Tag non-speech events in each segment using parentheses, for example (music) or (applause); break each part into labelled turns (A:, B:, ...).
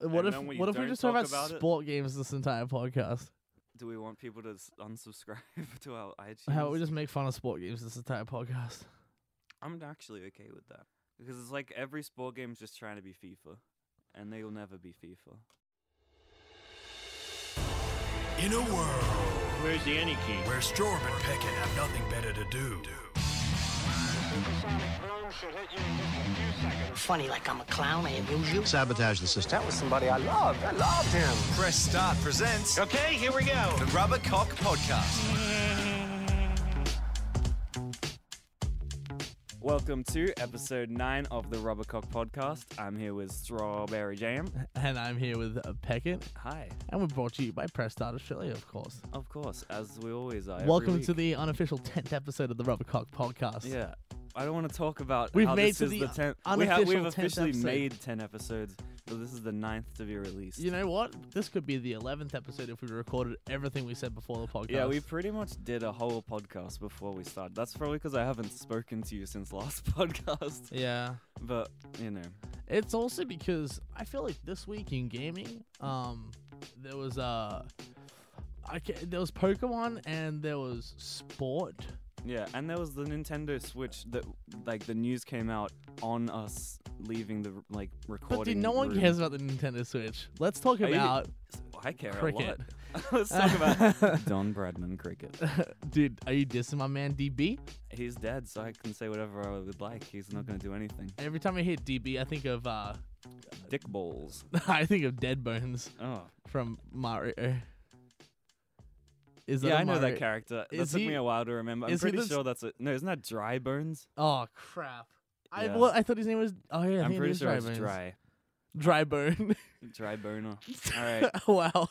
A: What
B: And
A: if
B: then when you
A: what if we
B: don't
A: just talk about,
B: talk about it-
A: sport games this entire podcast?
B: Do we want people to s- unsubscribe (laughs) to our iTunes?
A: How about we just make fun of sport games this entire podcast? (laughs)
B: I'm actually okay with that because it's like every sport game's just trying to be FIFA, and they will never be FIFA.
C: In a world
D: Where's the any key?
C: where Storm and Peckin have nothing better to do,
E: Supersonic boom should hit you in just a few seconds.
F: funny like I'm a clown. I amuse you.
G: sabotage the system.
E: That was somebody I loved. I loved him.
H: Press Start presents
D: Okay, here we go.
H: the Rubber Cock Podcast.
B: Welcome to episode nine of the Rubbercock Podcast. I'm here with Strawberry Jam.
A: And I'm here with uh, Peckett,
B: Hi.
A: and we're brought to you by Press Start Australia, of course.
B: Of course, as we always are. every
A: Welcome
B: week.
A: to the unofficial tenth episode of the Rubbercock Podcast.
B: Yeah. I don't want to talk about
A: We've
B: how
A: made
B: this
A: to
B: is
A: the
B: the tenth. We have,
A: unofficial
B: we've
A: 10th
B: officially
A: episode.
B: made ten episodes, so this is the ninth to be released.
A: You know what? This could be the eleventh episode if we recorded everything we said before the podcast.
B: Yeah, we pretty much did a whole podcast before we started. That's probably because I haven't spoken to you since last (laughs) podcast.
A: yeah.
B: But you know,
A: It's also because I feel like this week in gaming, um, there was uh, I ca- there was Pokemon and there was sport.
B: yeah. And there was the Nintendo Switch that, like, the news came out on us leaving the like recording.
A: But dude, no one
B: room.
A: cares about the Nintendo Switch. Let's talk
B: Are you-
A: about,
B: I care
A: cricket.
B: a lot. (laughs) Let's
A: (laughs)
B: talk about Don Bradman cricket.
A: dude. Are you dissing my man DB?
B: He's dead, so I can say whatever I would like. He's not going to do anything.
A: Every time I hit DB, I think of uh, (laughs)
B: Dick balls.
A: I think of Dead Bones
B: Oh,
A: from Mario. Is that
B: yeah,
A: a
B: I know
A: Mario-
B: that character. That
A: Is
B: took
A: he-
B: me a while to remember. I'm
A: is he
B: pretty
A: this-
B: sure that's it. No, isn't that Dry Bones?
A: Oh crap! I
B: Yeah.
A: well, I thought his name was. Oh yeah, I
B: I'm
A: think it
B: pretty
A: is
B: sure
A: Dry
B: it's
A: Bones.
B: Dry.
A: Dry Bone. (laughs)
B: Dry Boner. All (laughs) right,
A: wow.
B: all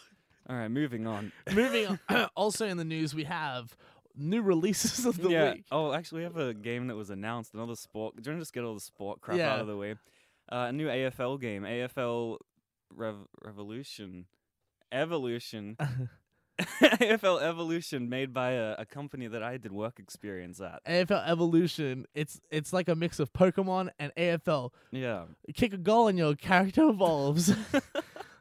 B: right. Moving on.
A: Moving on. (coughs) also in the news, we have new releases of the
B: yeah.
A: week.
B: Oh, actually, we have a game that was announced. Another sport. Do you want to just get all the sport crap
A: Yeah.
B: out of the way? Uh, a new AFL game, AFL Rev- Revolution,
A: (laughs)
B: Evolution, AFL Evolution, made by a, a company that I did work experience at.
A: AFL Evolution. It's it's like a mix of Pokemon and AFL.
B: Yeah.
A: You kick a goal and your character (laughs) evolves.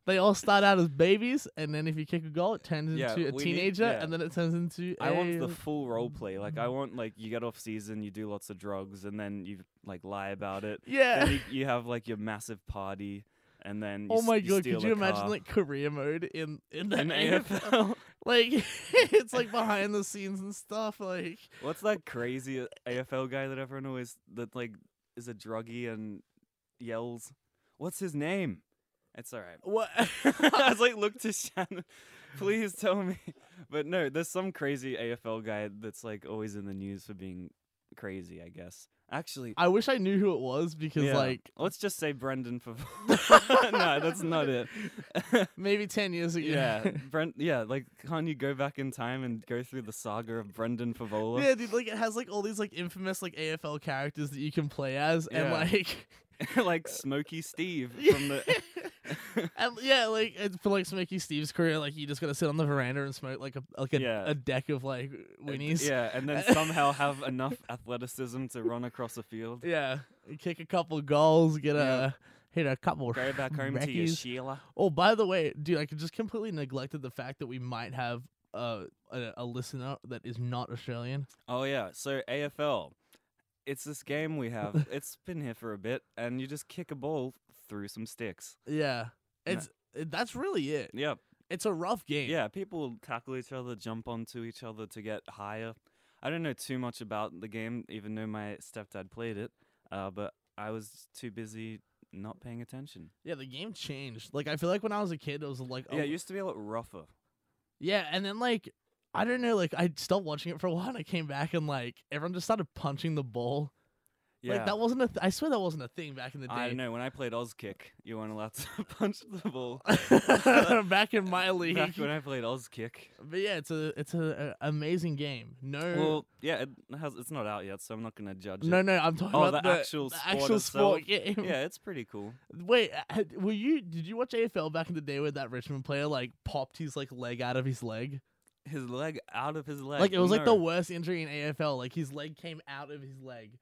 A: they all start out as babies, and then if you kick a goal, it turns
B: Yeah,
A: into a
B: we need-
A: teenager,
B: yeah.
A: and then it turns into
B: I
A: a
B: want the full role play. Like I want like you get off season, you do lots of drugs, and then you like lie about it.
A: yeah.
B: Then you, you have like your massive party, and then you
A: Oh
B: s-
A: my
B: you
A: god!
B: steal
A: Could you
B: a
A: imagine
B: car.
A: like career mode in in (laughs) the
B: In
A: AFL?
B: AFL.
A: Like (laughs) it's like behind the scenes and stuff. Like
B: What's that crazy AFL guy that everyone always that like is a druggie and yells? What's his name? It's all right. (laughs)
A: what?
B: I was like, look to Shannon, please tell me. But no, there's some crazy AFL guy that's like always in the news for being crazy. I guess actually,
A: (laughs) I wish I knew who it was because
B: yeah.
A: like
B: let's just say Brendan for.
A: (laughs)
B: (laughs) no, that's not it. (laughs)
A: maybe ten years ago.
B: yeah,
A: (laughs)
B: Brent. Yeah, like can't you go back in time and go through the saga of Brendan Favola?
A: Yeah, dude, like it has like all these like infamous like AFL characters that you can play as, and
B: Yeah.
A: like, (laughs)
B: (laughs) like Smoky Steve from the. (laughs)
A: and yeah, like it's for like Smoky Steve's career, like you just gotta sit on the veranda and smoke like a like a,
B: Yeah.
A: a deck of like winnies.
B: Yeah, and then somehow have enough athleticism to run across a field.
A: yeah, You kick a couple goals, get
B: Yeah.
A: a hit a couple.
B: Go back home to you,
A: reckies.
B: Sheila.
A: Oh, by the way, dude, I just completely neglected the fact that we might have uh, a a listener that is not Australian.
B: Oh yeah, so AFL. It's this game we have. It's been here for a bit, and you just kick a ball through some sticks.
A: Yeah,
B: No.
A: it's it- that's really it.
B: Yeah,
A: It's a rough game.
B: yeah. People tackle each other, jump onto each other to get higher. I don't know too much about the game, even though my stepdad played it. Uh, but I was too busy not paying attention.
A: yeah. The game changed. Like I feel like when I was a kid, it was like oh, a
B: Yeah, it used to be a lot rougher.
A: Yeah, and then like I don't know, like I stopped watching it for a while, and I came back, and like everyone just started punching the ball.
B: Yeah,
A: Like that wasn't a. Th- I swear that wasn't a thing back in the day.
B: I don't know. When I played Ozkick, you weren't allowed to (laughs) punch the
A: (laughs)
B: ball.
A: back in my league.
B: (laughs) Back when I played Ozkick.
A: but yeah, it's a it's a, a amazing game. No,
B: Well, yeah, it has, it's not out yet, so I'm not going to judge
A: Uh, no,
B: it.
A: no. I'm talking
B: Oh,
A: about
B: the
A: the
B: actual
A: the
B: sport
A: actual sport
B: itself?
A: game.
B: Yeah, it's pretty cool.
A: (laughs) Wait, had- were you? Did you watch AFL back in the day where that Richmond player like popped his like leg out of his leg?
B: His leg out of his leg.
A: Like it was like the
B: No.
A: worst injury in AFL. Like his leg came out of his leg.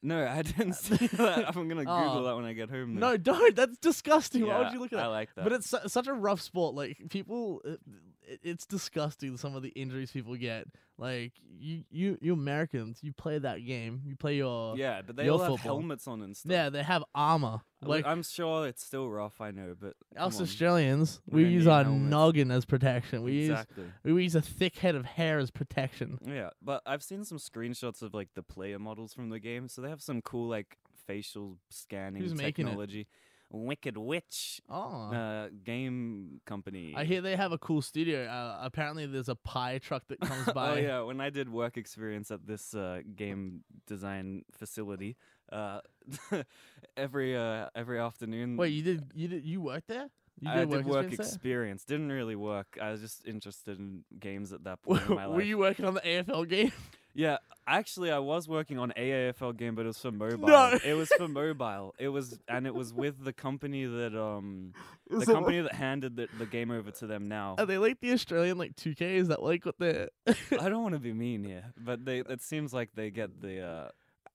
B: No,
A: (laughs)
B: I didn't see that. I'm gonna
A: Oh.
B: Google that when I get home.
A: No, (laughs)
B: though.
A: don't. That's disgusting. Why would
B: Yeah,
A: you look at
B: I
A: that?
B: like that.
A: But it's su- such a rough sport. Like people, it, it- it's disgusting. Some of the injuries people get. Like you, you, you Americans, you play that game. You play your.
B: yeah, but they
A: your
B: all have
A: football.
B: helmets on and stuff.
A: Yeah, they have armor.
B: Like,
A: Like
B: I'm sure it's still rough. I know, but come
A: us
B: on.
A: Australians,
B: We
A: we
B: don't
A: use
B: need
A: our
B: helmets.
A: noggin as protection. We
B: exactly.
A: use we use a thick head of hair as protection.
B: Yeah, but I've seen some screenshots of like the player models from the game, so they have some cool like facial scanning
A: Who's making it?
B: technology. Wicked Witch,
A: Oh.
B: uh, game company.
A: I hear they have a cool studio. Uh, apparently, there's a pie truck
B: (laughs)
A: that comes by.
B: Oh yeah, when I did work experience at this uh, game design facility, uh, (laughs) every uh, every afternoon.
A: Wait, you did you did you worked there? You
B: I did work
A: experience there?
B: experience. Didn't really work. I was just interested in games at
A: (laughs)
B: that point in my life.
A: Were you working on the AFL game?
B: Yeah, actually, I was working on AAFL game, but it was for mobile.
A: No.
B: it was for mobile. It was, and it was with the company that
A: (laughs)
B: um, the
A: So-
B: company that handed the, the game over to them now.
A: Are Uh, they like the Australian like 2K? Is that like what they're? (laughs)
B: I don't want to be mean here, but they it seems like they get the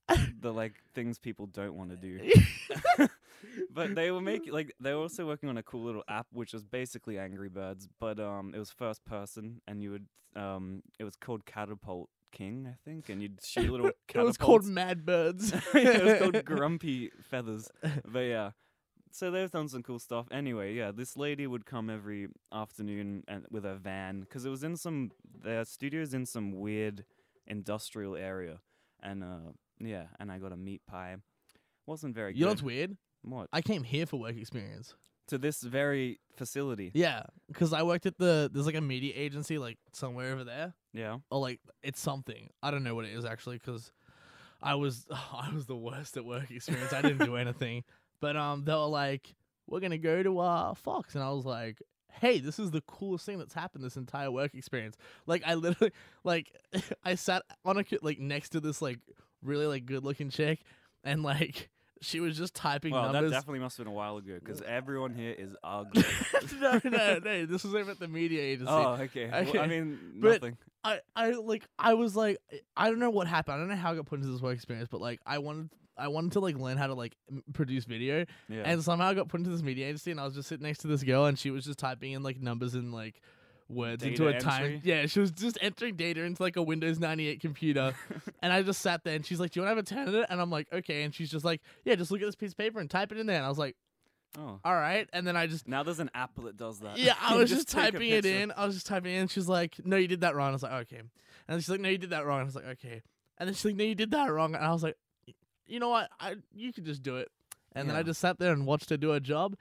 B: uh, the like things people don't want
A: (laughs)
B: to do. (laughs) but they were making like they were also working on a cool little app which was basically Angry Birds, but um, it was first person, and you would um, it was called Catapult King, I think, and you'd shoot little
A: (laughs) it was called
B: catapults.
A: Mad Birds.
B: (laughs) it was
A: (laughs)
B: called Grumpy Feathers. But yeah. So they've done some cool stuff. Anyway, yeah, this lady would come every afternoon and with a van because it was in some their studio's in some weird industrial area, and uh, yeah, and I got a meat pie. Wasn't very.
A: you know
B: good.
A: what's weird?
B: What
A: I came here for work experience.
B: to this very facility?
A: Yeah, because I worked at the there's like a media agency like somewhere over there.
B: Yeah.
A: or like it's something. I don't know what it is actually because I was (sighs) I was the worst at work experience. I didn't do anything. But um, they were like, "We're gonna go to uh Fox," and I was like, "Hey, this is the coolest thing that's happened this entire work experience." Like I literally (laughs) like I sat on a co- like next to this like really like good looking chick, and like (laughs) she was just typing
B: Well, that
A: numbers. (laughs)
B: definitely must have been a while ago because everyone here is ugly.
A: no, no, no. This was over at the media agency.
B: oh, okay. Well, I
A: Okay.
B: mean,
A: But-
B: nothing.
A: I, I like I was like I don't know what happened. I don't know how I got put into this work experience, but like I wanted I wanted to like learn how to like m- produce video,
B: Yeah.
A: and somehow I got put into this media agency, and I was just sitting next to this girl, and she was just typing in like numbers and like words into a
B: Data
A: time.
B: entry?
A: Yeah, she was just entering data into like a Windows ninety eight
B: (laughs)
A: computer, and I just sat there, and she's like, "Do you want to have a turn at it?" And I'm like, "Okay," and she's just like, "Yeah, just look at this piece of paper and type it in there." And I was like,
B: oh.
A: "All right," and then I just
B: Now there's an app that does that.
A: yeah, I
B: (laughs) You
A: was just,
B: take a
A: typing it
B: picture.
A: in. I was just typing it in. She's like, no, you did that wrong. I was like, okay. And she's like, no, you did that wrong. I was like, okay. And then she's like, no, you did that wrong. And I was like, "Y- you know what? I you could just do it. And then I
B: Yeah.
A: just sat there and watched her do her job.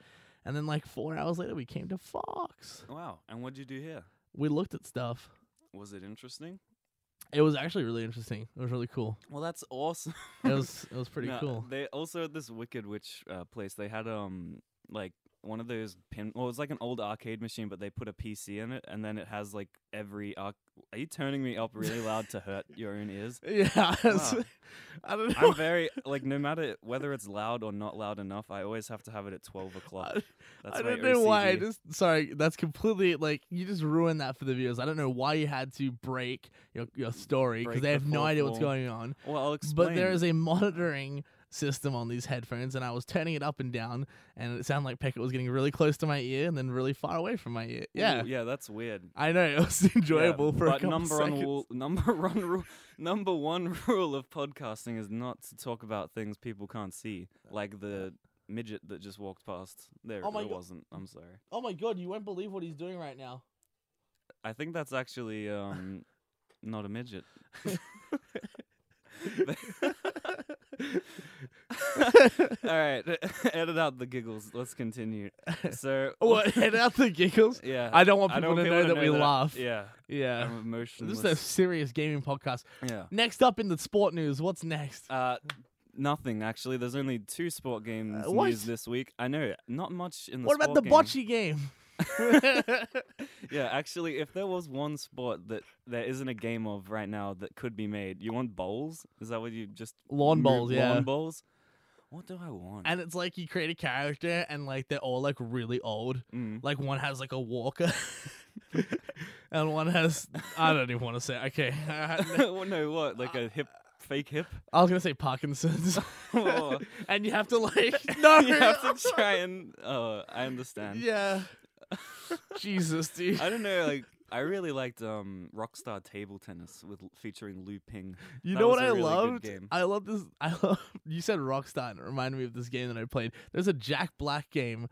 A: And then like four hours later, we came to Fox.
B: Wow. And what'd you do here?
A: We looked at stuff.
B: Was it interesting?
A: It was actually really interesting. It was really cool.
B: Well, that's awesome.
A: It was it was (laughs) pretty
B: (laughs) No,
A: cool. (laughs)
B: They also at this Wicked Witch uh, place. They had um like one of those pin. Well, it was like an old arcade machine, but they put a PC in it, and then it has like every. Arc- Are you turning me up really loud to hurt your
A: (laughs)
B: own ears?
A: Yeah, I was-
B: Wow.
A: (laughs) I don't know.
B: I'm very like no matter whether it's loud or not loud enough, I always have to have it at twelve o'clock. That's
A: I
B: my
A: don't know why. I
B: OCD.
A: just sorry. That's completely like you just ruined that for the viewers. I don't know why you had to break your your story because
B: Break
A: they
B: the
A: have no
B: fourth
A: idea what's
B: wall.
A: going on.
B: Well, I'll explain.
A: But there is a monitoring system on these headphones, and I was turning it up and down, and it sounded like Peckett was getting really close to my ear and then really far away from my ear.
B: Ooh,
A: Yeah,
B: yeah, that's weird.
A: I know it was (laughs) enjoyable
B: Yeah,
A: for
B: but
A: a couple
B: number
A: seconds.
B: one rule, number (laughs) one rule, number one rule of podcasting is not to talk about things people can't see, like the midget that just walked past. There,
A: Oh my
B: it
A: go-
B: wasn't. I'm sorry.
A: Oh my god, you won't believe what he's doing right
B: (laughs)
A: now. (laughs)
B: I think that's actually um, not a midget. All right, (laughs) edit out the giggles.
A: (laughs)
B: Let's continue. So,
A: What? Head out the giggles.
B: (laughs) yeah,
A: I don't want
B: I
A: people
B: don't
A: to
B: want
A: know that we
B: I-
A: laugh. (laughs)
B: Yeah,
A: Yeah.
B: I'm
A: This
B: emotionless.
A: is a (laughs) serious gaming podcast.
B: yeah.
A: Next up in the sport news, what's next?
B: Uh, nothing actually. There's only two sport games
A: Uh, what?
B: news this week. I know, not much in the.
A: what about the
B: sport game.
A: bocce game?
B: (laughs) Yeah, actually, if there was one sport that there isn't a game of right now that could be mmade, you want bowls? Is that what you just
A: Lawn
B: mo-
A: bowls, yeah.
B: Lawn bowls. What do I want?
A: and it's like you create a character and like they're all like really old. (laughs)
B: Mm. (laughs)
A: Like one has like a walker. (laughs) and one has I don't even want to say okay. (laughs)
B: Well, no, what like a hip fake hip.
A: I was gonna say
B: (laughs)
A: Parkinson's,
B: Or
A: and you have to like (laughs) no,
B: you have to try and. Oh, I understand.
A: yeah. Jesus, dude.
B: I don't know. Like, I really liked um, Rockstar Table Tennis with featuring Lu Ping.
A: You
B: That
A: know
B: was
A: what I
B: a really good
A: loved?
B: game.
A: I love this. (laughs) I love. You said Rockstar. And it reminded me of this game that I played. There's a Jack Black game,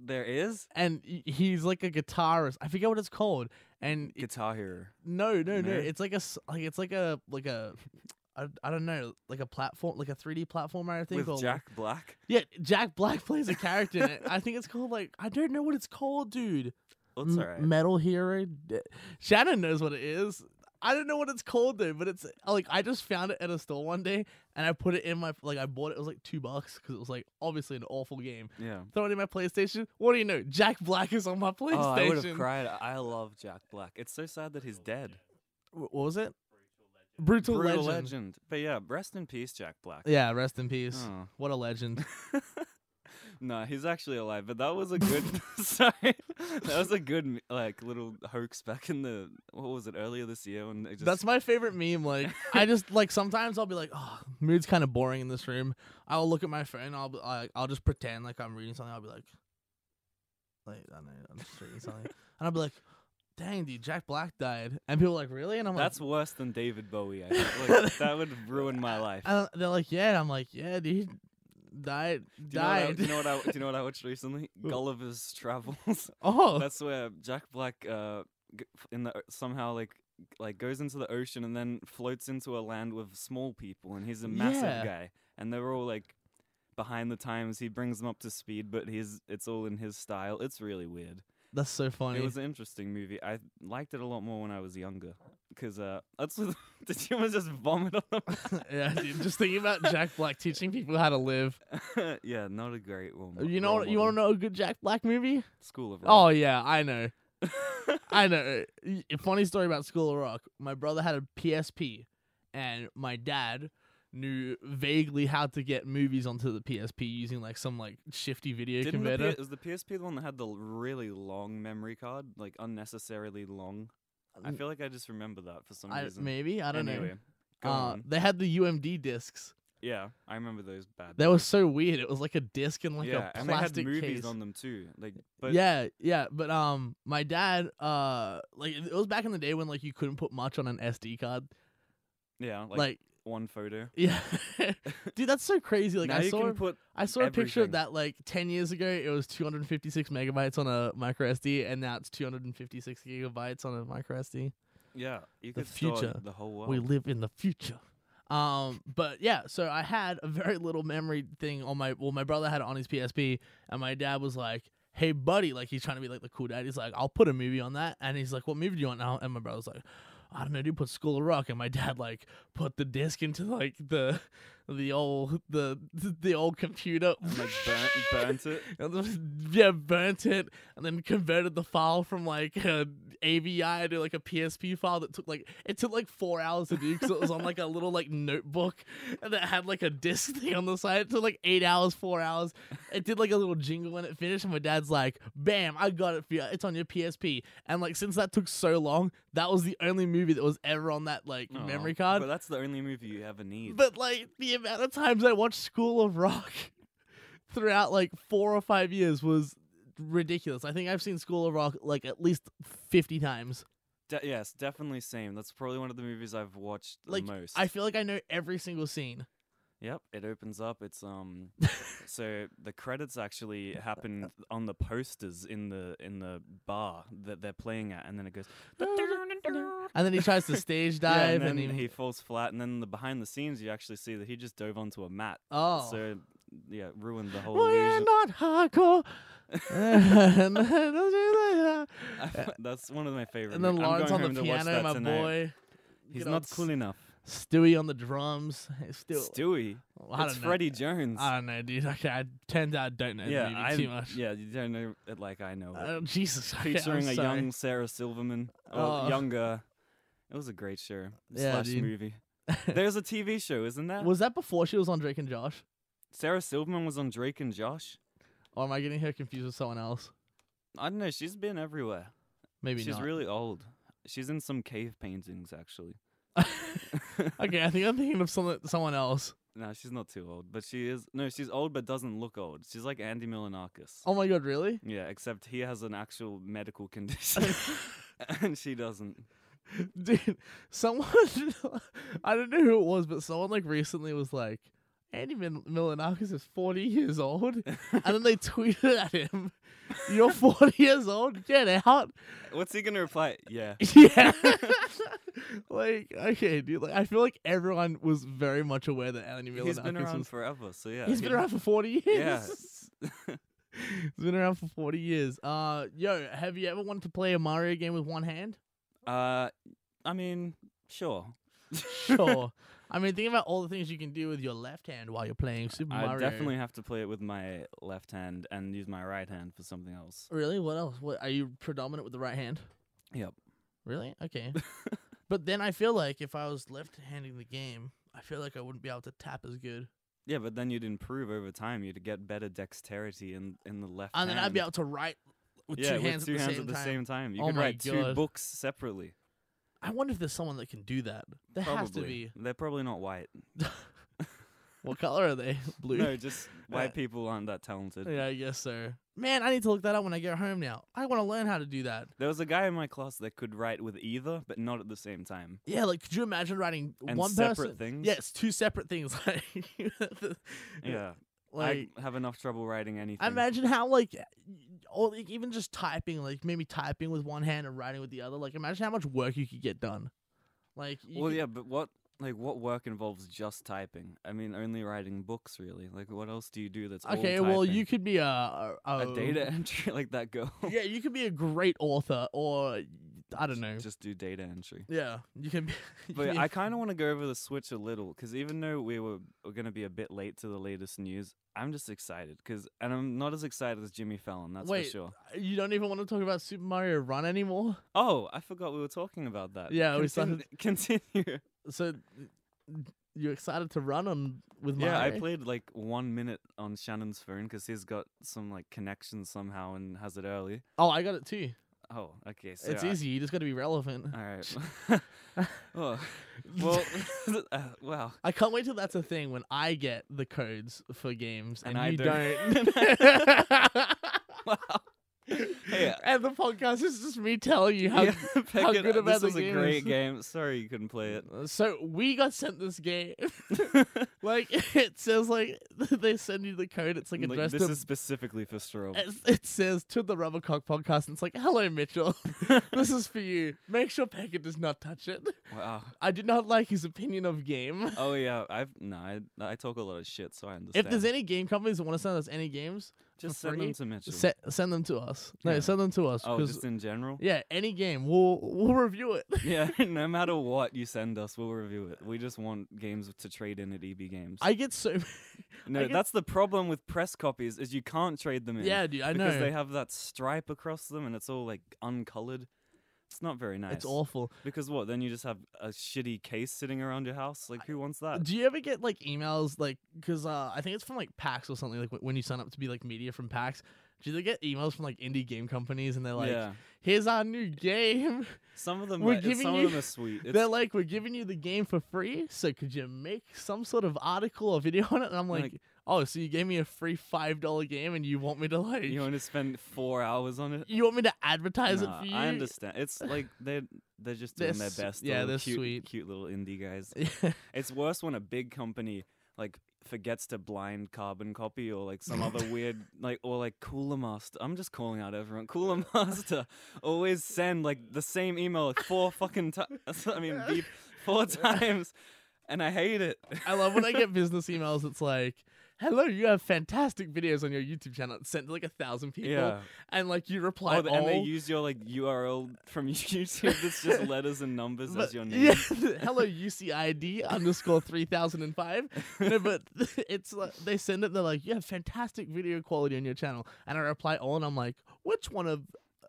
B: There is
A: and y- he's like a guitarist. I forget what it's called. And it-
B: Guitar Hero.
A: no, no, no.
B: No?
A: It's like a s- like it's like a like a. I, I don't know, like a platform, like a 3D platformer, I think.
B: with
A: or-
B: Jack Black.
A: Yeah, Jack Black (laughs) plays a character in it. I think it's called, like, I don't know what it's called, dude.
B: That's
A: M-
B: alright.
A: Metal Hero. D- Shannon knows what it is. I don't know what it's called though, but it's like I just found it at a store one day and I put it in my like I bought it. It was like two bucks because it was like obviously an awful game.
B: yeah.
A: Throw it in my PlayStation. What do you know? Jack Black is on my PlayStation.
B: Oh, I would have cried. I love Jack Black. It's so sad that he's dead.
A: Wh- What was it? Brutal,
B: Brutal
A: legend.
B: legend. But yeah, rest in peace, Jack Black.
A: Yeah, rest in peace.
B: Oh.
A: What a legend.
B: No, he's actually alive. But that was a good. (laughs) sorry, that was a good m- like little hoax back in the what was it earlier this year when they just
A: That's my favorite meme.
B: (laughs)
A: Like, I just like sometimes I'll be like, oh, mood's kind of boring in this room. I'll look at my phone. I'll be, I, I'll just pretend like I'm reading something. I'll be like, like I don't know, I'm just reading something,
B: (laughs)
A: and I'll be like, dang, dude, Jack Black died, and people are like, really? And I'm
B: That's
A: like,
B: worse than David Bowie. I think.
A: (laughs)
B: Like, that would ruin my life.
A: and they're like, yeah, and I'm like, yeah, dude, died,
B: do you, know what I,
A: died.
B: do you know what I? Do you know what I watched recently? Gulliver's Travels.
A: (laughs) oh,
B: That's where Jack Black uh g- f- in the o- somehow like g- like goes into the ocean and then floats into a land with small people and he's a massive
A: Yeah.
B: guy and they're all like behind the times he brings them up to speed but he's it's all in his style it's really weird
A: that's so funny.
B: it was an interesting movie i liked it a lot more when i was younger because uh that's what (laughs) did you almost just vomit on
A: (laughs)
B: (laughs)
A: yeah, dude, just thinking about Jack Black teaching people how to live.
B: them yeah not a great one
A: You know, you want to know a good Jack Black movie?
B: school of
A: Oh
B: Rock.
A: yeah, I know.
B: (laughs)
A: I know. uh, Y- Funny story about School of Rock. My brother had a PSP, and my dad knew vaguely how to get movies onto the PSP using like some like shifty video
B: Didn't the
A: converter.
B: P- was the PSP the one that had the l- really long memory card, like unnecessarily long? I
A: Mm.
B: feel like I just remember that for some
A: I-
B: reason.
A: maybe I don't
B: anyway,
A: know.
B: Go
A: Uh,
B: on.
A: they had the UMD discs.
B: Yeah, I remember those bad.
A: That was so weird. It was like a disc and like
B: yeah,
A: a
B: and they had
A: plastic
B: movies
A: case.
B: on them too. Like, but
A: yeah, yeah, but um, my dad, uh, like it was back in the day when like you couldn't put much on an SD card,
B: yeah,
A: like, (laughs)
B: like, one photo. (laughs)
A: yeah, dude, that's so crazy. Like
B: now
A: I
B: you
A: saw
B: can
A: a-
B: put
A: I saw a picture of
B: everything.
A: that like 10 years ago. It was 256 megabytes on a micro SD, and now it's 256 gigabytes on a micro SD.
B: yeah, you
A: the
B: could store
A: future.
B: the whole
A: We
B: world.
A: live in the future. Um, but yeah, so I had a very little memory thing on my. Well, my brother had it on his PSP, and my dad was like, "Hey, buddy," like he's trying to be like the cool dad. He's like, "I'll put a movie on that," and he's like, "What movie do you want?" now?" And my brother's like, "I don't know, dude. Put School of Rock." And my dad like put the disc into like the the old the the old computer. (laughs)
B: and like burnt, burnt it.
A: And then- yeah, burnt it and then converted the file from like a AVI to like a PSP file that took like it took like four hours to do because it was on like a little like notebook and that had like a disc (laughs) thing on the side. It took like eight hours, four hours. It did like a little jingle when it finished, and my dad's like, "Bam, I got it for you. It's on your PSP." And like since that took so long, that was the only movie that was ever on that like
B: Aw,
A: memory card.
B: But that's the only movie you ever need.
A: But like the amount of times I watched School of Rock (laughs) throughout like four or five years was ridiculous. I think I've seen School of Rock like at least fifty times.
B: De- yes, definitely same. That's probably one of the movies I've watched
A: Like
B: the most.
A: I feel like I know every single scene.
B: Yep, it opens up.
A: (laughs)
B: It's um, so the credits actually happen on the posters in the in the bar that they're playing at, and then it goes.
A: And then he tries to stage
B: Yeah,
A: dive
B: and
A: and,
B: then
A: he,
B: he falls flat, and then the behind the scenes you actually see that he just dove onto a mat.
A: oh.
B: So yeah, ruined the whole
A: We're
B: illusion.
A: not hardcore.
B: (laughs)
A: and
B: I f- (laughs) That's one of my favorite.
A: then
B: mo- I'm
A: Lawrence
B: going
A: on the
B: home to watch
A: piano,
B: that
A: my
B: tonight.
A: boy.
B: He's
A: Good old
B: not cool
A: S-
B: enough.
A: Stewie on the drums. Hey, Stew-
B: Stewie.
A: I don't
B: it's
A: know.
B: Freddie Jones.
A: I don't know, dude. (laughs) Okay, I turned out I don't know the
B: yeah,
A: movie
B: I
A: too much.
B: yeah, you don't know it like I know. it.
A: Oh, (laughs) Jesus. okay, I'm
B: featuring a
A: sorry.
B: young Sarah Silverman, or
A: Oh.
B: younger. It was a great show
A: Yeah,
B: slash
A: dude. (laughs)
B: movie. There's a TV show, isn't there?
A: Was that before she was on Drake and Josh?
B: Sarah Silverman was on Drake and Josh.
A: Or am I getting her confused with someone else?
B: I don't know. She's been everywhere.
A: Maybe
B: she's
A: not.
B: really old. She's in some cave paintings, actually.
A: okay, I think I'm thinking of someone someone else.
B: no, she's not too old, but she is. No, she's old but doesn't look old. She's like Andy Milanakis.
A: Oh my god,
B: (laughs)
A: really?
B: Yeah, except he has an actual medical (laughs) condition, and she doesn't.
A: Dude, someone (laughs) I don't know who it was, but someone like recently was like, Andy Mil- Milanakis is forty years
B: (laughs)
A: old, and then they tweeted at him, "You're forty years old, get out." (laughs)
B: What's he gonna reply? Yeah. (laughs)
A: Yeah, like okay, dude. Like I feel like everyone was very much aware that Andy Milanakis
B: He's been around
A: was.
B: forever, so yeah.
A: he's
B: he-
A: been around for forty years. (laughs)
B: Yeah.
A: he's been around for forty years. Uh, yo, have you ever wanted to play a Mario game with one hand?
B: Uh, I mean, sure. (laughs)
A: Sure. I mean, think about all the things you can do with your left hand while you're playing Super
B: I
A: Mario.
B: definitely have to play it with my left hand and use my right hand for something else.
A: Really? What else? What are you predominant with the right hand?
B: Yep.
A: Really?
B: (laughs)
A: Okay. but then I feel like if I was left-handing the game, I feel like I wouldn't be able to tap as good,
B: Yeah, but then you'd improve over time. You'd get better dexterity in in the left.
A: and then I'd be
B: hand.
A: able to write with
B: yeah,
A: two hands,
B: with two
A: at, the
B: hands
A: same
B: at the
A: time.
B: same time. You
A: Oh
B: could
A: my
B: write two
A: God.
B: books separately.
A: I wonder if there's someone that can do that. There
B: Probably.
A: has to be.
B: They're probably not
A: (laughs)
B: white.
A: What color are they? (laughs) Blue.
B: No, just white
A: Uh,
B: people aren't that talented.
A: Yeah, I guess so. Man, I need to look that up when I get home now. I want to learn how to do that.
B: There was a guy in my class that could write with either, but not at the same time.
A: Yeah, like could you imagine writing
B: And
A: one
B: separate
A: person?
B: things?
A: Yeah, it's two separate things. (laughs) Like, the-
B: Yeah,
A: like
B: I have enough trouble writing anything.
A: imagine how like, or like even just typing, like maybe typing with one hand and writing with the other. Like imagine how much work you could get done. Like you
B: well,
A: could-
B: yeah, but what like what work involves just typing? I mean, only writing books, really. Like, what else do you do that's all
A: Okay, well
B: typing?
A: you could be a a,
B: a data (laughs) entry like that girl. (laughs)
A: Yeah, you could be a great author, or I don't know.
B: Just do data entry.
A: (laughs) yeah, you can. Be, you can
B: But
A: be-
B: I kind of want to go over the Switch a little because even though we were, were going to be a bit late to the latest news, I'm just excited because, and I'm not as excited as Jimmy Fallon, that's
A: Wait,
B: for sure.
A: you don't even want to talk about Super Mario Run anymore.
B: Oh, I forgot we were talking about that.
A: Yeah, we
B: Contin-
A: started- (laughs)
B: (laughs) Continue.
A: So you're excited to run on with
B: Yeah, I
A: Mario?
B: played like one minute on Shannon's phone because he's got some like connection somehow and has it early.
A: Oh, I got it too.
B: Oh, okay. So
A: it's
B: I-
A: easy. You just got to be relevant.
B: All right.
A: (laughs)
B: oh, (laughs) well, (laughs) uh, wow.
A: I can't wait till that's a thing when I get the codes for games and,
B: And I
A: you
B: don't. (laughs)
A: (laughs) wow.
B: Hey, uh
A: And the podcast is just me telling you how.
B: yeah, (laughs)
A: how
B: Peckett,
A: good
B: uh,
A: about
B: this
A: the
B: was a
A: game
B: great
A: is-
B: game. Sorry you couldn't play it.
A: (laughs) So we got sent this game.
B: (laughs)
A: like it says, like (laughs) they send you the code. It's like
B: Like,
A: addressed
B: this
A: to (laughs)
B: is specifically for Strobe.
A: It's- it says to the Rubbercock podcast, and it's like, hello,
B: (laughs)
A: Mitchell. (laughs) this is for you. Make sure Peckett does not touch it.
B: Wow.
A: I did not like his opinion of game. (laughs)
B: Oh yeah, I've no, I, I talk a lot of shit, so I understand.
A: If there's any game companies that want to send us any games,
B: just
A: for
B: send
A: free,
B: them to Mitchell.
A: se- send them to us. No,
B: Yeah.
A: send them to us.
B: oh,
A: 'cause-
B: just in general.
A: (laughs) yeah, any game, we'll we'll review it.
B: (laughs) Yeah, no matter what you send us, we'll review it. We just want games to trade in at EB Games.
A: (laughs) I get so
B: no,
A: get-
B: that's the problem with press copies is you can't trade them in.
A: Yeah, dude, I
B: Because
A: know.
B: they have that stripe across them and it's all like uncolored. It's not very nice.
A: it's awful.
B: Because what? Then you just have a shitty case sitting around your house. Like who wants that?
A: Do you ever get like emails like because uh, I think it's from like PAX or something like wh- when you sign up to be like media from PAX? Do they get emails from like indie game companies and they're (laughs) like,
B: Yeah.
A: "Here's our new game."
B: Some of them,
A: We're
B: are,
A: giving
B: some
A: you-
B: of them
A: (laughs)
B: are sweet. It's,
A: They're like, we're giving you the game for free, so could you make some sort of article or video on it? And I'm like,
B: Like-
A: oh, so you gave me a free five dollar game, and you want me to like,
B: you
A: you, (laughs)
B: want to spend four hours on it?
A: want me to advertise
B: Nah,
A: it for you?
B: I understand. It's like they're they're just doing
A: They're s-
B: their best.
A: yeah,
B: little
A: they're
B: cute,
A: sweet.
B: cute little indie guys.
A: Yeah.
B: It's worse when a big company like forgets to blind carbon copy or like some
A: (laughs)
B: other weird like or like Cooler Master. I'm just calling out everyone. Cooler (laughs) Master always send like the same email like four fucking times. (laughs) I
A: (laughs)
B: mean, beep four times, and I hate it.
A: (laughs)
B: (laughs)
A: I love when I get business emails. It's like. Hello, you have fantastic videos on your YouTube channel. It's sent to like a thousand people,
B: Yeah.
A: and like you reply
B: Oh, th- and they
A: all.
B: use your like URL from (laughs) YouTube.
A: (laughs)
B: That's just letters and numbers
A: but-
B: as
A: (laughs)
B: your name.
A: yeah, hello UCID underscore three thousand and five. (laughs) No, but it's like they send it. They're like, "You have fantastic video quality on your channel," and I reply all, and I'm like, "Which one of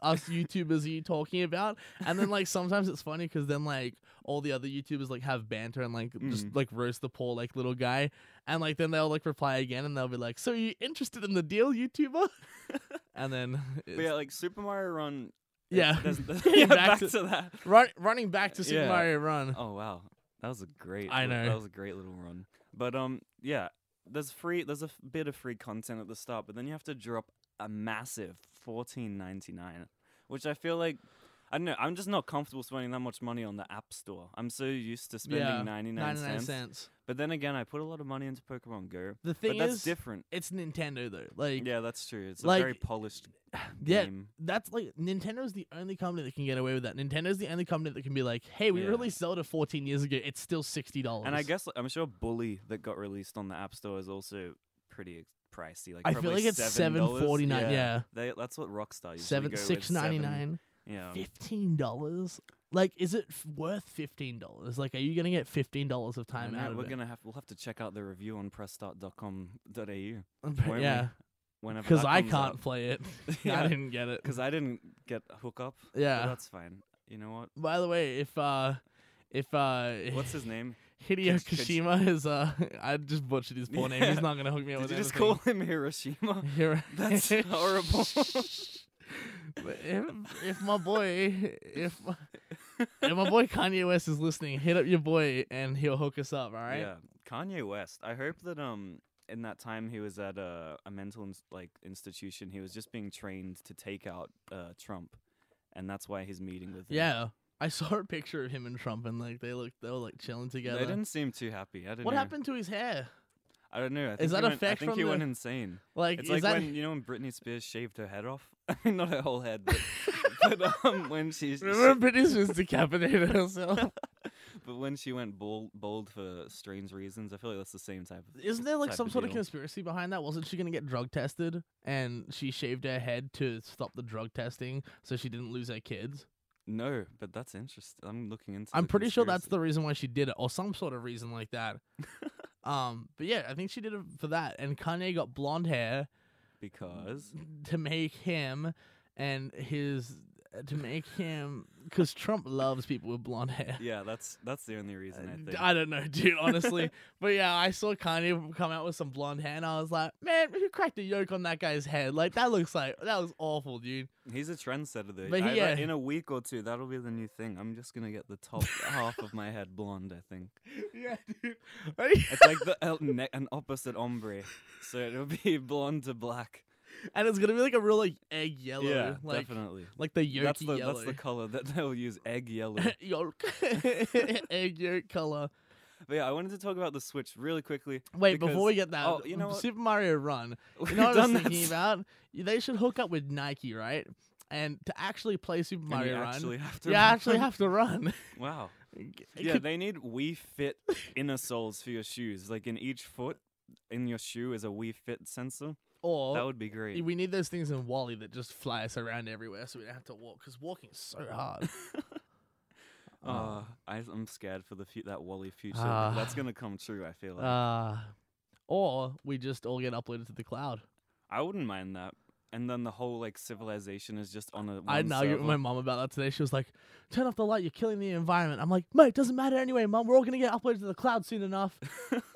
A: us YouTubers are you talking about?" And then like sometimes it's funny because then like all the other YouTubers like have banter and like just
B: Mm.
A: like roast the poor like little guy, and like then they'll like reply again and they'll be like, "So you interested in the deal, YouTuber?" (laughs) and then
B: But yeah, like Super Mario Run.
A: Yeah.
B: there's- there's-
A: (laughs) Getting
B: (laughs) yeah,
A: back
B: back
A: to-
B: to that.
A: run, running back to Super
B: Yeah.
A: Mario Run.
B: Oh wow. That was a great.
A: I
B: li-
A: know.
B: That was a great little run. But um, yeah, there's free. There's a f- bit of free content at the start, but then you have to drop a massive fourteen ninety nine, which I feel like. I don't know. I'm just not comfortable spending that much money on the App Store. I'm so used to spending
A: Yeah,
B: 99,
A: 99
B: cents.
A: cents.
B: But then again, I put a lot of money into Pokemon Go.
A: The thing
B: but that's
A: is,
B: different.
A: it's Nintendo though. Like, yeah,
B: Yeah, that's true. It's a very
A: like,
B: polished game.
A: that's like Nintendo's the only company that can get away with that. Nintendo's the only company that can be like, "Hey, we
B: Yeah.
A: released Zelda 14 years ago. It's still sixty dollars."
B: And I guess like, I'm sure Bully that got released on the App Store is also pretty ex- pricey. Like
A: I feel
B: probably
A: like it's
B: $7.
A: $7.49, yeah.
B: They, that's what Rockstar usually
A: seven
B: go with,
A: six ninety nine,
B: seven- um, Yeah,
A: fifteen dollars. Like, is it f- worth fifteen dollars? Like, are you gonna get fifteen dollars of
B: I
A: time
B: know,
A: out of
B: we're
A: it? (laughs)
B: gonna have we'll have to check out the review on pressstart.com.au.
A: But
B: won't we?
A: yeah,
B: Whenever
A: because
B: that
A: I
B: comes
A: can't
B: out.
A: play
B: (laughs)
A: it. I
B: Yeah.
A: didn't get
B: (laughs)
A: it.
B: because I didn't get a hookup. but
A: Yeah.
B: that's fine. You
A: (laughs)
B: know what?
A: By the way, if uh, if uh, (laughs)
B: What's his name?
A: Hideo
B: Kish- Kish-
A: Kashima is uh, (laughs) I just butchered his poor name. He's
B: Yeah.
A: not gonna hook me up
B: Did
A: with
B: you just
A: anything.
B: call
A: (laughs)
B: him Hiroshima?
A: Hero-
B: That's horrible.
A: But if, if my boy, if my, if my boy Kanye West is listening, hit up your boy and he'll hook us up. All right.
B: Yeah, Kanye West. I hope that um in that time he was at a, a mental ins- like institution, he was just being trained to take out uh, Trump, and that's why he's meeting with him.
A: Yeah. I saw a picture of him and Trump, and like they looked, they were like chilling together.
B: they didn't seem too happy. I don't
A: what
B: know.
A: happened to his hair?
B: I don't know. I think he
A: that a
B: went, I
A: fact
B: think
A: from
B: he went
A: the-
B: insane.
A: Like,
B: It's
A: is
B: like
A: that
B: when you know when Britney Spears shaved her head off. (laughs) I mean, not her whole head,
A: (laughs)
B: but, but um, when she, she
A: (laughs) remember this was decapitated (laughs) herself?
B: but when she went bald, bald for strange reasons, I feel like that's the same type of.
A: Isn't there like
B: type
A: some
B: of
A: sort of
B: deal.
A: conspiracy behind that? Wasn't she gonna get drug tested and she shaved her head to stop the drug testing so she didn't lose her kids?
B: No, but that's interesting. I'm looking into.
A: I'm
B: the
A: pretty sure that's
B: conspiracy.
A: the reason why she did it, or some sort of reason like
B: (laughs)
A: that. um, but yeah, I think she did it for that. And Kanye got blonde hair
B: because
A: to make him and his to make him because Trump loves people with blonde hair.
B: Yeah, that's that's the only reason I
A: Uh, D-
B: think.
A: I don't know, (laughs) dude, honestly. but yeah, I saw Kanye come out with some blonde hair and I was like, man, who cracked a yolk on that guy's head? Like, that looks like, that was awful,
B: (laughs)
A: dude.
B: He's a trendsetter though.
A: But
B: I-
A: yeah.
B: In a week or two, that'll be the new thing. I'm just gonna get the top half of my head blonde. I think
A: Yeah, dude.
B: it's like the el- ne- an opposite ombre, so it'll be (laughs) blonde to black.
A: and it's going to be like a real, like, egg yellow.
B: yeah,
A: like,
B: definitely.
A: Like the yolky
B: That's the
A: yellow.
B: that's the color that they'll use. Egg yellow.
A: (laughs) yolk. (laughs) egg yolk color.
B: but yeah, I wanted to talk about the Switch really quickly.
A: Wait,
B: because-
A: before we get that,
B: oh, you know what?
A: Super Mario
B: (laughs)
A: Run.
B: We've
A: You know what I
B: done
A: was
B: that
A: thinking
B: s-
A: about? Y- They should hook up with Nike, right? And to actually play Super
B: (laughs) and you
A: Mario Run,
B: actually have to.
A: you actually
B: run.
A: have to run.
B: (laughs) Wow.
A: It
B: Yeah,
A: could-
B: they need Wii Fit inner soles for your shoes. Like in each foot, in your shoe is a Wii Fit sensor.
A: or
B: That would be great.
A: we need those things in Wally that just fly us around everywhere, so we don't have to walk because walking is so
B: (laughs)
A: hard.
B: Uh, I, I'm scared for the fu- that Wally future.
A: oh. Ah.
B: That's gonna come true. I
A: (laughs)
B: feel like
A: uh, or we just all get uploaded to the cloud.
B: I wouldn't mind that. And then the whole like civilization is just on a.
A: I had an
B: one
A: argument with my (laughs)
B: server.
A: mom about that today. She was like, "Turn off the light. You're killing the environment." I'm like, "Mate, doesn't matter anyway, mom. We're all gonna get uploaded to the cloud soon
B: (laughs)
A: enough." (laughs)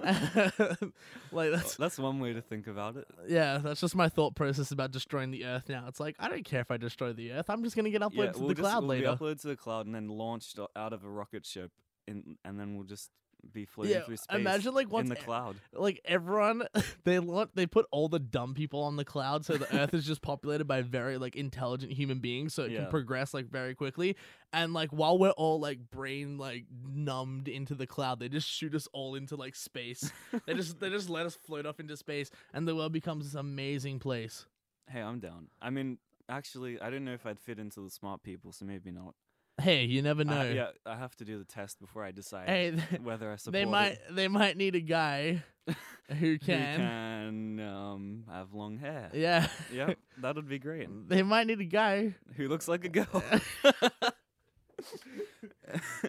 A: like that's
B: That's one way to think about it.
A: yeah, that's just my thought process about destroying the earth. Now it's like I don't care if I destroy the earth. I'm just gonna get uploaded
B: yeah,
A: to
B: we'll
A: the
B: just,
A: cloud
B: we'll
A: later.
B: be uploaded to the cloud and then launched o- out of a rocket ship, in, and then we'll just be floating
A: Yeah,
B: through space.
A: imagine, like, once
B: in the
A: e-
B: cloud.
A: like everyone (laughs) they want they put all the dumb people on the cloud so the earth is just populated by very like intelligent human beings so it
B: Yeah.
A: can progress like very quickly and like while we're all like brain like numbed into the cloud they just shoot us all into like space
B: (laughs)
A: they just they just let us float off into space and the world becomes this amazing place
B: Hey, I'm down. I mean, actually, I don't know if I'd fit into the smart people, so maybe not.
A: hey you never know
B: I, yeah, I have to do the test before I decide
A: hey (laughs)
B: whether I support
A: they
B: it.
A: might they might need a guy who
B: (laughs) Who
A: can
B: can um, have long hair.
A: yeah
B: yeah, that'd be
A: (laughs)
B: great.
A: they might need a
B: (laughs)
A: guy
B: Who looks like
A: (laughs)
B: a girl?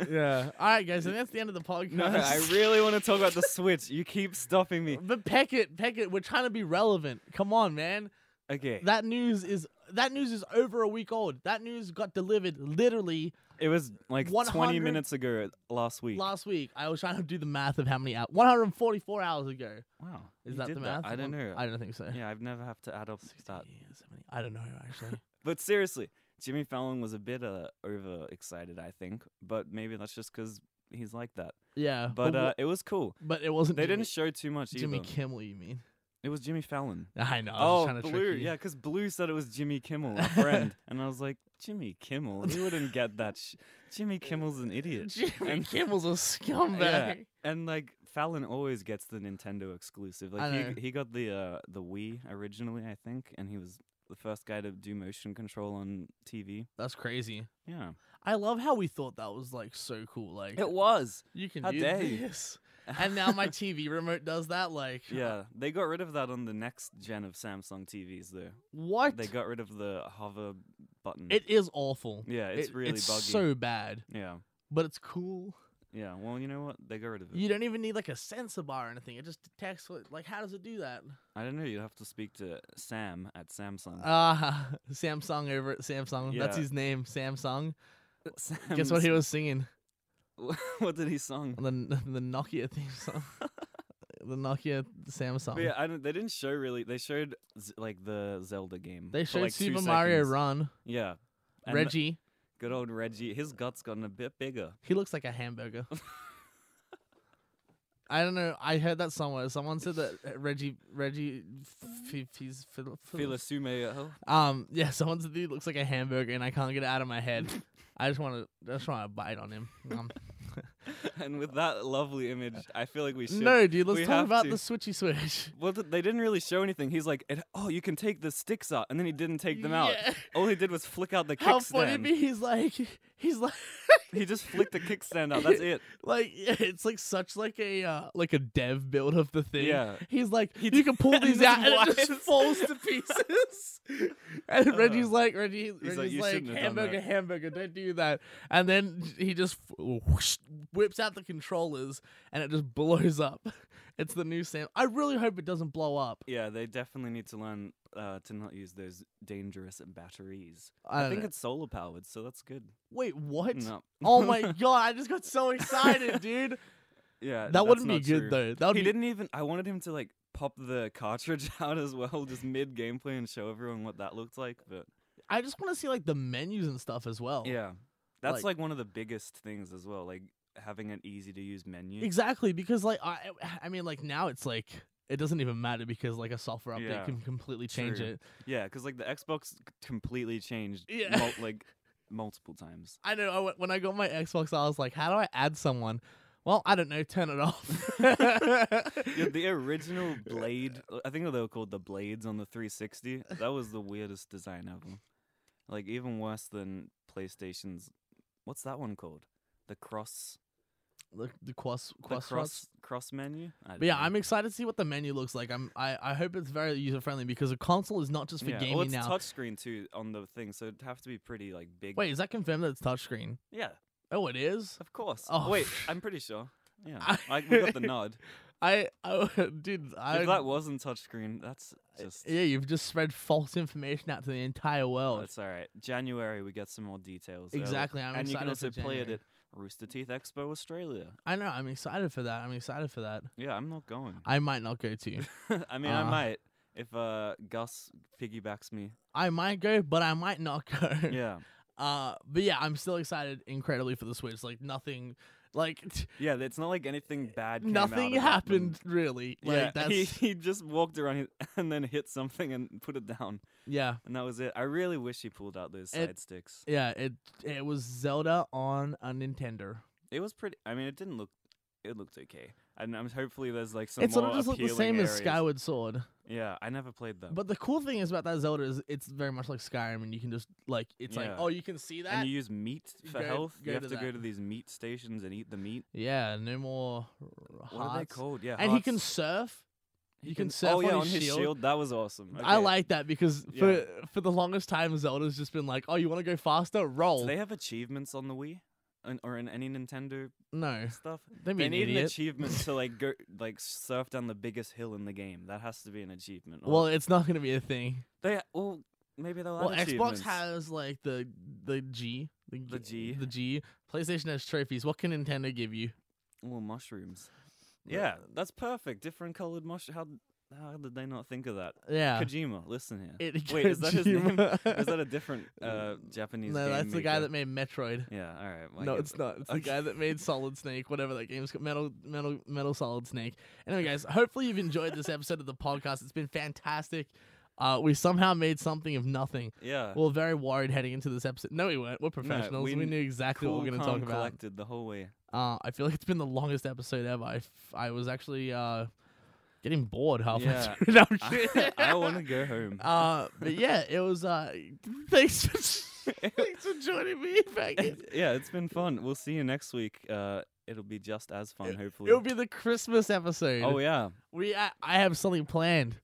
A: yeah all right guys and that's the end of the podcast
B: (laughs) no, I really want to talk about the Switch. You keep
A: (laughs)
B: stopping me.
A: But peck it, peck it. We're trying to be relevant. Come on, man.
B: Okay,
A: That news is that news is over a week old. That news got delivered literally
B: it was like 20
A: 100
B: minutes ago last week.
A: last week. I was trying to do the math of how many hours. 144 hours ago.
B: wow,
A: Is
B: you
A: that
B: did
A: the math?
B: I don't
A: One-
B: (laughs) know.
A: I don't think so.
B: yeah, I've never have to add up
A: 60,
B: that.
A: 70 I don't know actually. (laughs)
B: But seriously, Jimmy Fallon was a bit uh, overexcited, I think. But maybe that's just because he's like that.
A: Yeah,
B: But
A: w-
B: uh, it was cool.
A: but it wasn't.
B: They
A: Jimmy,
B: didn't show too much
A: Jimmy
B: either.
A: Kimmel. You mean? (laughs)
B: It was Jimmy Fallon.
A: I know. I was
B: Oh,
A: just trying to
B: Blue,
A: trick you.
B: yeah, because Blue said it was Jimmy Kimmel, a friend, (laughs) and I was like, Jimmy Kimmel, you wouldn't get that. Sh- Jimmy Kimmel's an
A: (laughs)
B: idiot.
A: Jimmy
B: And-
A: Kimmel's a scumbag.
B: Yeah, and like Fallon always gets the Nintendo exclusive. Like
A: I know.
B: he he got the uh, the Wii originally, I think, and he was the first guy to do motion control on TV.
A: That's crazy.
B: Yeah,
A: I love how we thought that was like so cool. Like
B: it (laughs) was.
A: you can
B: how
A: do
B: dare you.
A: this, and now my TV remote does that. Like
B: Yeah, they got rid of that on the next gen of Samsung TVs, though.
A: what?
B: They got rid of the hover button.
A: it is awful.
B: yeah, it's
A: It-
B: really
A: it's
B: buggy.
A: so bad,
B: yeah,
A: but it's cool.
B: yeah. Well, you know what? They got rid of it.
A: You don't even need like a sensor bar or anything. It just detects what, like how does it do that?
B: I don't know. You'd have to speak to Sam at Samsung. (laughs)
A: Ah, (laughs) Samsung over at Samsung. That's
B: Yeah.
A: his name,
B: (laughs)
A: Samsung.
B: Sam's-
A: Guess
B: (laughs)
A: what he was singing
B: what did he song?
A: on the the Nokia theme
B: (laughs)
A: song. the Nokia Samsung.
B: But yeah, I don't, they didn't show really. They showed z- like the Zelda game.
A: They
B: for,
A: showed
B: like, two
A: Super Mario
B: seconds.
A: Run.
B: Yeah, And
A: Reggie,
B: Good old Reggie. His guts gotten a bit bigger.
A: he looks like a hamburger. I don't know. I heard that somewhere. Someone said that uh, Reggie Reggie f- f- he's fil- fil-
B: Filasume.
A: um yeah. Someone said he looks like a hamburger, and I can't get it out of my (laughs) head. I just want to I just want to bite on him. (laughs) Um,
B: (laughs) And with that lovely image, I feel like we should.
A: no, dude. Let's
B: we
A: talk
B: have
A: about
B: to.
A: the switchy switch.
B: Well, th- they didn't really show anything. He's like, it, "Oh, you can take the sticks out," and then he didn't take them out.
A: Yeah.
B: All he did was flick out the
A: How
B: kickstand.
A: funny it'd be? He's like he's like
B: He just flicked the kickstand out.
A: (laughs)
B: That's it.
A: like yeah, it's like such like a uh, like a dev build of the thing.
B: Yeah.
A: He's like you can
B: (laughs)
A: pull
B: and
A: these
B: this
A: out and it just
B: wires.
A: falls to pieces.
B: (laughs)
A: and Reggie's
B: Uh,
A: like Reggie
B: like,
A: Reggie's
B: "You
A: like,
B: shouldn't have done
A: hamburger
B: that."
A: hamburger don't do that. And then he just whoosh, whips out the controllers and it just blows up. (laughs) It's the new Sam. I really hope it doesn't blow up.
B: Yeah, they definitely need to learn uh, to not use those dangerous batteries.
A: I
B: I,
A: don't
B: think
A: know.
B: it's solar powered, so that's good.
A: Wait, what?
B: No.
A: Oh
B: (laughs)
A: my god! I just got so excited, dude.
B: yeah,
A: That wouldn't be
B: that's not
A: good
B: true.
A: though. That would
B: he
A: be
B: didn't even. I wanted him to like pop the cartridge (laughs) out as well, just mid gameplay, and show everyone what that looked like. But
A: I just want to see like the menus and stuff as well.
B: yeah, that's
A: Oh, Like-
B: like, one of the biggest things as well. Like having an easy to use menu.
A: Exactly, because like I, I mean, like now it's like it doesn't even matter because like a software update
B: Yeah.
A: can completely change
B: True.
A: it.
B: Yeah, because like the Xbox c- completely changed.
A: Yeah.
B: mul-
A: (laughs)
B: like multiple times.
A: I know. I w when I got my Xbox, I was like, how do I add someone? Well, I don't know. Turn it
B: (laughs)
A: off. (laughs)
B: Yeah, the original blade. I think they were called the blades on the 360. That was the weirdest design ever. Like even worse than PlayStation's. What's that one called? The cross.
A: the, the cross,
B: the
A: cross,
B: cross Mm-hmm. cross menu. I
A: But
B: don't
A: yeah,
B: know.
A: I'm excited to see what the menu looks like. I'm, I, I hope it's very user friendly because a console is not just for
B: yeah.
A: gaming
B: well, it's
A: now.
B: touchscreen too on the thing, so it'd have to be pretty like big.
A: Wait, is that confirmed that it's touchscreen?
B: Yeah,
A: Oh, it is.
B: of course.
A: Oh.
B: Wait, I'm pretty sure. Yeah,
A: (laughs) I-
B: I, we got the nod.
A: I, I dude, (laughs) I
B: If that wasn't touchscreen, that's just.
A: Yeah, you've just spread false information out to the entire world.
B: That's all right. January, we get some more details. early.
A: Exactly, I'm
B: and you can also
A: excited for
B: play it
A: January.
B: at Rooster Teeth Expo Australia.
A: I know. I'm excited for that. I'm excited for that.
B: Yeah, I'm not going. (laughs)
A: I might not go to.
B: I mean,
A: Uh.
B: I might if uh, Gus
A: (laughs)
B: piggybacks me.
A: I might go, but I might not go.
B: Yeah,
A: (laughs) Uh, but yeah, I'm still excited incredibly for the Switch. Like nothing, like (laughs) t-
B: yeah. It's not like anything bad. Came out
A: nothing
B: of that, but-
A: happened really. Like
B: yeah, (laughs)
A: that's
B: he, he just walked around he- (laughs) and then hit something and put it down,
A: yeah,
B: and that was it. I really wish he pulled out those
A: It-
B: side sticks.
A: yeah. It it was Zelda on a Nintendo.
B: It was pretty. I mean, it didn't look. It looked okay, and I'm hopefully there's like some
A: It sort
B: more
A: of just looked the
B: appealing
A: same
B: areas.
A: as Skyward Sword.
B: Yeah, I never played them.
A: But the cool thing is about that Zelda is it's very much like Skyrim, and you can just like it's like
B: Yeah.
A: oh you can see that.
B: and you use meat
A: you
B: for
A: go-
B: health.
A: go
B: you have
A: to
B: to, go
A: that.
B: to these meat stations and eat the meat.
A: yeah, no more r- hearts.
B: What are they called? Yeah,
A: and he can
B: hearts.
A: surf.
B: He
A: you can surf
B: oh, yeah,
A: on
B: on
A: his shield.
B: That was awesome.
A: I
B: Okay.
A: like that because
B: Yeah.
A: for for the longest time Zelda's just been like, "Oh, you want to go faster? Roll."
B: Do they have achievements on the Wii, and, or in any Nintendo
A: (laughs) no,
B: stuff?
A: don't be
B: They
A: an
B: need an
A: idiot.
B: achievement to
A: (laughs)
B: like go like surf down the biggest hill in the game. That has to be an achievement. Or
A: Well, it's not going to be a thing.
B: they well maybe they'll
A: Well,
B: add
A: Xbox
B: achievements.
A: has like the the G, the,
B: The G.
A: the G. PlayStation has trophies. What can Nintendo give you?
B: well mushrooms. Yeah, that's perfect. Different colored mush. How How did they not think of that?
A: Yeah.
B: Kojima, listen here.
A: It-
B: Wait, is that
A: (laughs)
B: his name?
A: Kojima.
B: is that a different uh, Japanese
A: no,
B: game
A: that's the guy
B: maker?
A: that made Metroid.
B: Yeah, all right. well, I
A: No,
B: get
A: it's
B: that.
A: not. It's the
B: Okay.
A: guy that made Solid Snake, whatever that game's called. Metal, Metal, Metal Solid Snake. Anyway, guys, hopefully you've enjoyed this episode of the podcast. It's been fantastic. Uh, we somehow made something of nothing.
B: Yeah.
A: We are very worried heading into this episode. No, we weren't. We're professionals. we,
B: we kn-
A: knew exactly what we
B: Cool,
A: are going to
B: calm,
A: talk about.
B: collected the
A: (laughs)
B: whole way.
A: Uh, I feel like it's been the longest episode ever. I, f- I was actually uh, getting bored halfway
B: Yeah.
A: through. (laughs) No, I'm kidding.
B: I, (laughs) want to go home.
A: (laughs) Uh, but yeah, it was. Uh, thanks, for, (laughs) thanks for joining me. Back
B: yeah, (laughs) it's been fun. We'll see you next week. Uh, it'll be just as fun, hopefully.
A: It'll be the Christmas episode.
B: oh yeah,
A: we. I, I have something planned.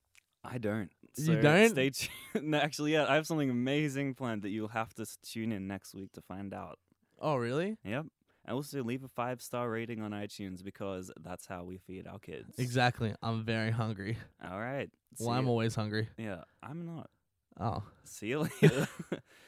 B: I don't.
A: You
B: So
A: don't?
B: Stay tuned. (laughs) No, actually, yeah, I have something amazing planned that you'll have to s- tune in next week to find out.
A: Oh, really?
B: Yep. And also leave a five star rating on iTunes because that's how we feed our kids.
A: Exactly. I'm very hungry.
B: All right. See
A: well, I'm
B: ya.
A: always hungry.
B: yeah, I'm not.
A: (laughs) Oh,
B: See you later. (laughs)